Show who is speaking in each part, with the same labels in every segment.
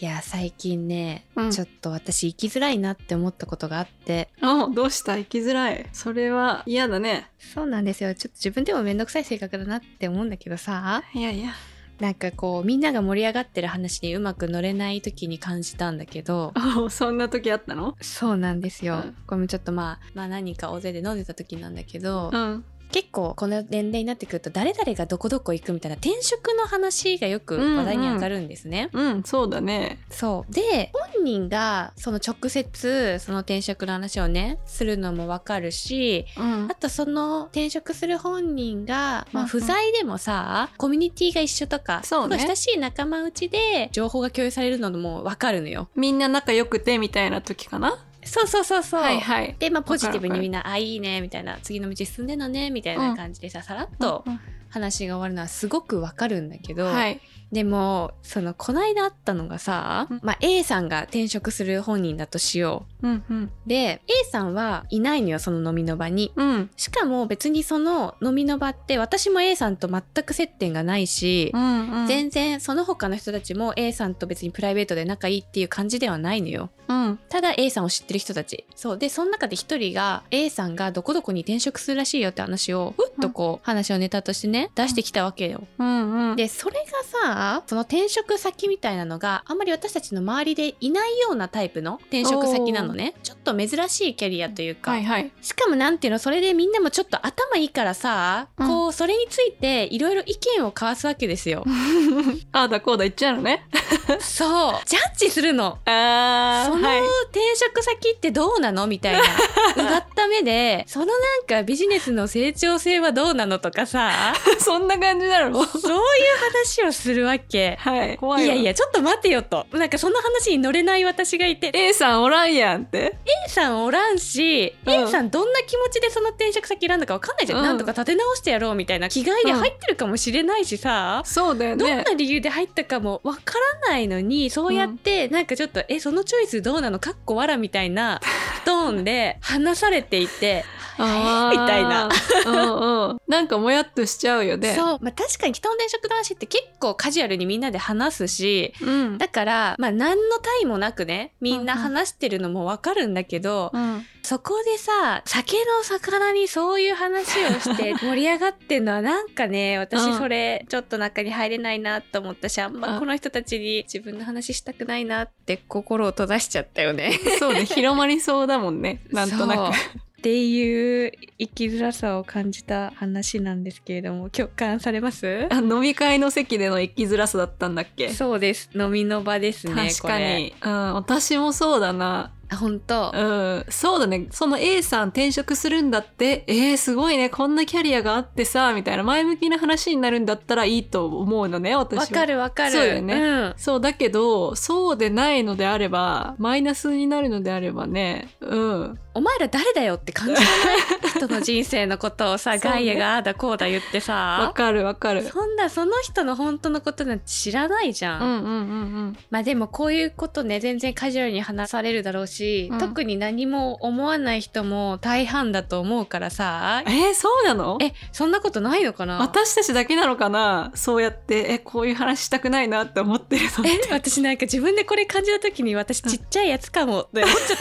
Speaker 1: いや最近ね、
Speaker 2: うん
Speaker 1: ちょっと私生きづらいなって思ったことがあって
Speaker 2: あどうした生きづらいそれは嫌だね
Speaker 1: そうなんですよちょっと自分でも面倒くさい性格だなって思うんだけどさ
Speaker 2: いやいや
Speaker 1: なんかこうみんなが盛り上がってる話にうまく乗れない時に感じたんだけど
Speaker 2: あ そんな時あったの
Speaker 1: そうなんですよ、
Speaker 2: うん
Speaker 1: これもちょっとまあまあ何人か大勢で飲んでた時なんだけど、
Speaker 2: うん
Speaker 1: 結構この年齢になってくると誰々がどこどこ行くみたいな転職の話がよく話題に上がるんですね。
Speaker 2: うんそうだね
Speaker 1: そうで本人がその直接その転職の話をねするのもわかるし
Speaker 2: うん
Speaker 1: あとその転職する本人が、まあ、
Speaker 2: うんうん
Speaker 1: 不在でもさ、コミュニティが一緒とか
Speaker 2: そうね
Speaker 1: すごい親しい仲間内で情報が共有されるのもわかるのよ。
Speaker 2: みんな仲良くてみたいな時かな
Speaker 1: そうそうそうそう、
Speaker 2: はいはい
Speaker 1: で、まあ、ポジティブ
Speaker 2: わかるわ
Speaker 1: に
Speaker 2: かる
Speaker 1: みんな「あいいね」みたいな「次の道進んでんのね」みたいな感じでさ、さらっと
Speaker 2: うん
Speaker 1: 話が終わるのはすごくわかるんだけど、
Speaker 2: はい
Speaker 1: でもそのこないだあったのがさ、
Speaker 2: うん
Speaker 1: まあ、A さんが転職する本人だとしよ
Speaker 2: うんうん
Speaker 1: うで A さんはいないのよその飲みの場に。
Speaker 2: うん
Speaker 1: しかも別にその飲みの場って私も A さんと全く接点がないし
Speaker 2: う、んうん
Speaker 1: 全然その他の人たちも A さんと別にプライベートで仲いいっていう感じではないのよ。
Speaker 2: うん
Speaker 1: ただ A さんを知ってる人たちそうでその中で一人が A さんがどこどこに転職するらしいよって話をふっとこう話をネタとしてね出してきたわけよ。
Speaker 2: うんうん
Speaker 1: でそれがさその転職先みたいなのがあんまり私たちの周りでいないようなタイプの転職先なのねちょっと珍しいキャリアというか、
Speaker 2: はいはい
Speaker 1: しかもなんていうのそれでみんなもちょっと頭いいからさ、
Speaker 2: うん
Speaker 1: こうそれについていろいろ意見を交わすわけですよ。
Speaker 2: ああだこうだ言っちゃうのね
Speaker 1: そうジャッジするの
Speaker 2: ああ
Speaker 1: その
Speaker 2: はい
Speaker 1: 転職先ってどうなのみたいなうがった目でそのなんかビジネスの成長性はどうなのとかさ
Speaker 2: そんな感じなの
Speaker 1: そういう話をするわけ。
Speaker 2: はい怖
Speaker 1: い
Speaker 2: いわ
Speaker 1: やいやちょっと待てよとなんかその話に乗れない私がいて
Speaker 2: A さんおらんやんって
Speaker 1: A さんおらんし、
Speaker 2: うん
Speaker 1: A さんどんな気持ちでその転職先選んだかわかんないじゃん、
Speaker 2: うん
Speaker 1: なんとか立て直してやろうみたいな気概で
Speaker 2: うん
Speaker 1: 入ってるかもしれないしさ、
Speaker 2: そうだよ
Speaker 1: どんな
Speaker 2: ね
Speaker 1: 理由で入ったかもわからないのにそうやってなんかちょっと、えそのチョイスどうなのかっこわらみたいな トーンで話されていて、
Speaker 2: あー
Speaker 1: みたいな
Speaker 2: うんうんなんかもやっとしちゃうよね
Speaker 1: そう、まあ、確かに北の転職の話って結構カジュアルにみんなで話すし、
Speaker 2: うん
Speaker 1: だから、まあ、何の対もなくねみんな
Speaker 2: うんうん
Speaker 1: 話してるのもわかるんだけど、
Speaker 2: うん
Speaker 1: そこでさ酒の魚にそういう話をして 盛り上がってんのはなんかね
Speaker 2: う
Speaker 1: 私
Speaker 2: ん
Speaker 1: それちょっと中に入れないなと思ったしあん
Speaker 2: う
Speaker 1: ま
Speaker 2: ん
Speaker 1: この人たちに自分の話したくないなって心を閉ざしちゃったよね。
Speaker 2: そうね広まりそうだもんね なんとなく
Speaker 1: そうっていう生きづらさを感じた話なんですけれども共感されます
Speaker 2: あ飲み会の席での生きづらさだったんだっけ
Speaker 1: そうです飲みの場ですね
Speaker 2: 確か
Speaker 1: これ
Speaker 2: に、うん、私もそうだな、
Speaker 1: あ本当
Speaker 2: うん、そうだねその A さん転職するんだってえー、すごいねこんなキャリアがあってさみたいな前向きな話になるんだったらいいと思うのね私は
Speaker 1: わかるわかる
Speaker 2: そうよね
Speaker 1: ん
Speaker 2: そうだけどそうでないのであればマイナスになるのであればねうん
Speaker 1: お前ら誰だよって感じのない人の人生のことをさ、
Speaker 2: そうね
Speaker 1: ガイアがああだこうだ言って
Speaker 2: わ
Speaker 1: さ
Speaker 2: かるわかる
Speaker 1: そんなその人の本当のことなんて知らないじゃん、
Speaker 2: うんうんうんうん
Speaker 1: まあでもこういうことね全然カジュアルに話されるだろうし、
Speaker 2: うん
Speaker 1: 特に何も思わない人も大半だと思うからさ
Speaker 2: えー、そうなの
Speaker 1: えそんなことないのかな
Speaker 2: 私たちだけなのかなそうやってえこういう話したくないなって思ってるの
Speaker 1: え私なんか自分でこれ感じた時に私ちっちゃいやつかもって思っちゃっ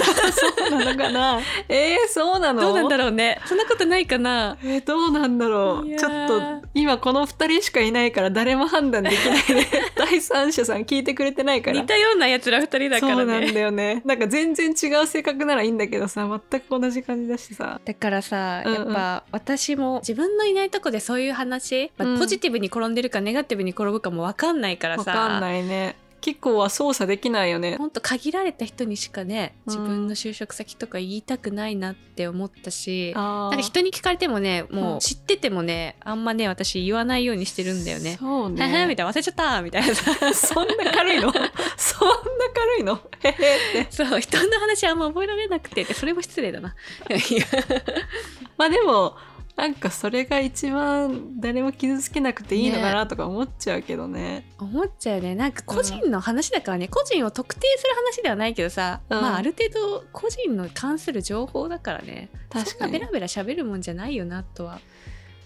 Speaker 1: た
Speaker 2: そうなのか なえー、そうな の
Speaker 1: どうなんだろうねそんなことないかな
Speaker 2: えーどうなんだろ
Speaker 1: いうや
Speaker 2: ちょ
Speaker 1: ー
Speaker 2: っと今この2人しかいないから誰も判断でき ないね第三者さん聞いてくれてないから
Speaker 1: 似たようなやつら二人だか
Speaker 2: そ
Speaker 1: ら
Speaker 2: うなん
Speaker 1: ね
Speaker 2: だよねなんか全然違う性格ならいいんだけどさ全く同じ感じだしさ
Speaker 1: だからさ、
Speaker 2: うんうん
Speaker 1: やっぱ私も自分のいないとこでそういう話、まあ
Speaker 2: うん
Speaker 1: ポジティブに転んでるかネガティブに転ぶかも分かんないからさ
Speaker 2: わかんないね結構は操作できないよね
Speaker 1: ほんと限られた人にしかね
Speaker 2: うん
Speaker 1: 自分の就職先とか言いたくないなって思ったし、な
Speaker 2: あ
Speaker 1: んか人に聞かれてもねも
Speaker 2: う
Speaker 1: うん知っててもねあんまね私言わないようにしてるんだよね。
Speaker 2: そう
Speaker 1: ははみ た
Speaker 2: ね
Speaker 1: いな忘れちゃったみたいなさ
Speaker 2: そんな軽いのそんな軽いの へへって
Speaker 1: そう人の話あんま覚えられなくてでそれも失礼だな。 いや
Speaker 2: まあでもなんかそれが一番誰も傷つけなくていいのかなとか思っちゃうけどね。
Speaker 1: 思っちゃうねなんか個人の話だからね、個人を特定する話ではないけどさ、
Speaker 2: うん
Speaker 1: まあある程度個人の関する情報だからね
Speaker 2: 確
Speaker 1: そ
Speaker 2: か
Speaker 1: んなベ
Speaker 2: に
Speaker 1: ラベラ喋るもんじゃないよなとは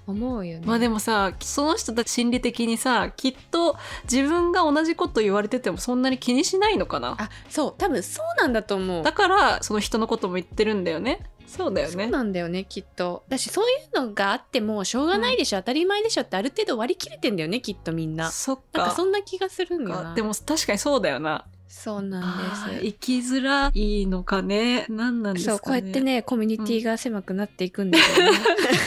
Speaker 1: 思うよね。
Speaker 2: まあでもさその人たち心理的にさきっと自分が同じこと言われててもそんなに気にしないのかな
Speaker 1: あそう多分そうなんだと思う。
Speaker 2: だからその人のことも言ってるんだよねそうだよ
Speaker 1: そう
Speaker 2: ね
Speaker 1: なんだよねきっとだしそういうのがあってもしょうがないでしょ、当たり前でしょってある程度割り切れてんだよねきっとみんな
Speaker 2: そっか
Speaker 1: なんかそんな気がするんだよ
Speaker 2: か
Speaker 1: な
Speaker 2: でも確かにそうだよな
Speaker 1: そうなん
Speaker 2: あー
Speaker 1: で
Speaker 2: 生きづらいのかね何なんですすか
Speaker 1: そ
Speaker 2: ね
Speaker 1: うこうやって ねコミュニティが狭くなっていくんだよね、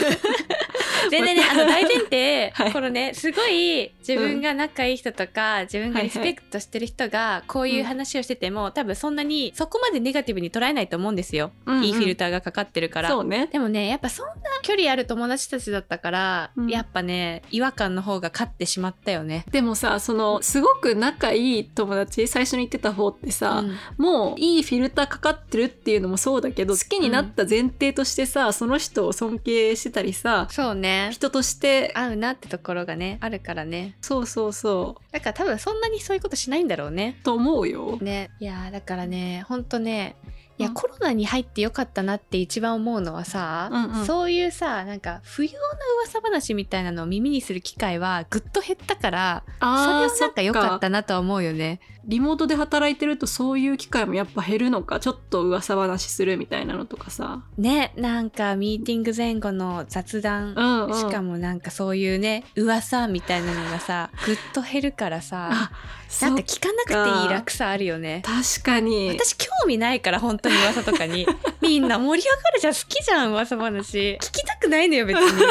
Speaker 1: 全然ねあの大前提、
Speaker 2: はい
Speaker 1: このねすごい自分が仲いい人とか、自分がリスペクトしてる人がこういう話をしてても、多分そんなにそこまでネガティブに捉えないと思うんですよ、
Speaker 2: うんうん
Speaker 1: いいフィルターがかかってるから
Speaker 2: そうね
Speaker 1: でもねやっぱそんな距離ある友達たちだったから、
Speaker 2: うん
Speaker 1: やっぱね違和感の方が勝ってしまったよね。
Speaker 2: でもさそのすごく仲いい友達最初に言ってた方って
Speaker 1: う
Speaker 2: さ、
Speaker 1: ん
Speaker 2: もういいフィルターかかってるっていうのもそうだけど好きになった前提としてさ、その人を尊敬してたりさ
Speaker 1: そうね
Speaker 2: 人として
Speaker 1: 合うなってところがねあるからね
Speaker 2: そうそうそ
Speaker 1: だから多分そんなにそういうことしないんだろうね。
Speaker 2: うと思うよ。
Speaker 1: ねいやーだからねほんとねいや
Speaker 2: うん
Speaker 1: コロナに入ってよかったなって一番思うのはさ、
Speaker 2: うんうん
Speaker 1: そういうさなんか不要な噂話みたいなのを耳にする機会はぐっと減ったからそれ
Speaker 2: あ
Speaker 1: は
Speaker 2: ー
Speaker 1: なんか良
Speaker 2: そ
Speaker 1: か
Speaker 2: っ
Speaker 1: ったなとは思うよね。
Speaker 2: リモートで働いてるとそういう機会もやっぱ減るのかちょっと噂話するみたいなのとかさ。
Speaker 1: ねなんかミーティング前後の雑談
Speaker 2: うんうん、
Speaker 1: しかもなんかそういうね噂みたいなのがさぐっと減るからさ
Speaker 2: あ
Speaker 1: な
Speaker 2: そ
Speaker 1: ん
Speaker 2: う
Speaker 1: か聞かなくていい楽さあるよね。
Speaker 2: 確かに
Speaker 1: 私興味ないから本当に噂とか にみんな盛り上がるじゃん好きじゃん噂話聞きたくないのよ別に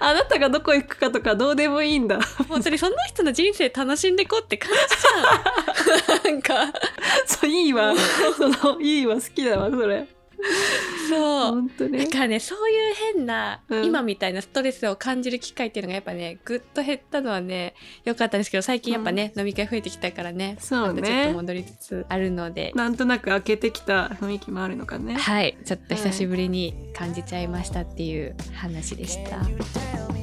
Speaker 2: あなたがどこ行くかとかどうでもいいんだ
Speaker 1: 本当にその人の人生楽しんでこうって感じ じゃんなんか
Speaker 2: そういいわそのいいわ好きだわそれ
Speaker 1: そう
Speaker 2: 本当
Speaker 1: だ
Speaker 2: ね
Speaker 1: からねそういう変な、
Speaker 2: うん
Speaker 1: 今みたいなストレスを感じる機会っていうのがやっぱねぐっと減ったのはね良かったんですけど最近やっぱね、飲み会増えてきたからね
Speaker 2: そう
Speaker 1: またちょっと
Speaker 2: ね
Speaker 1: 戻りつつあるので、
Speaker 2: なんとなく開けてきた雰囲気もあるのかね
Speaker 1: はいちょっと久しぶりに感じちゃいましたっていう話でした。
Speaker 3: Can you tell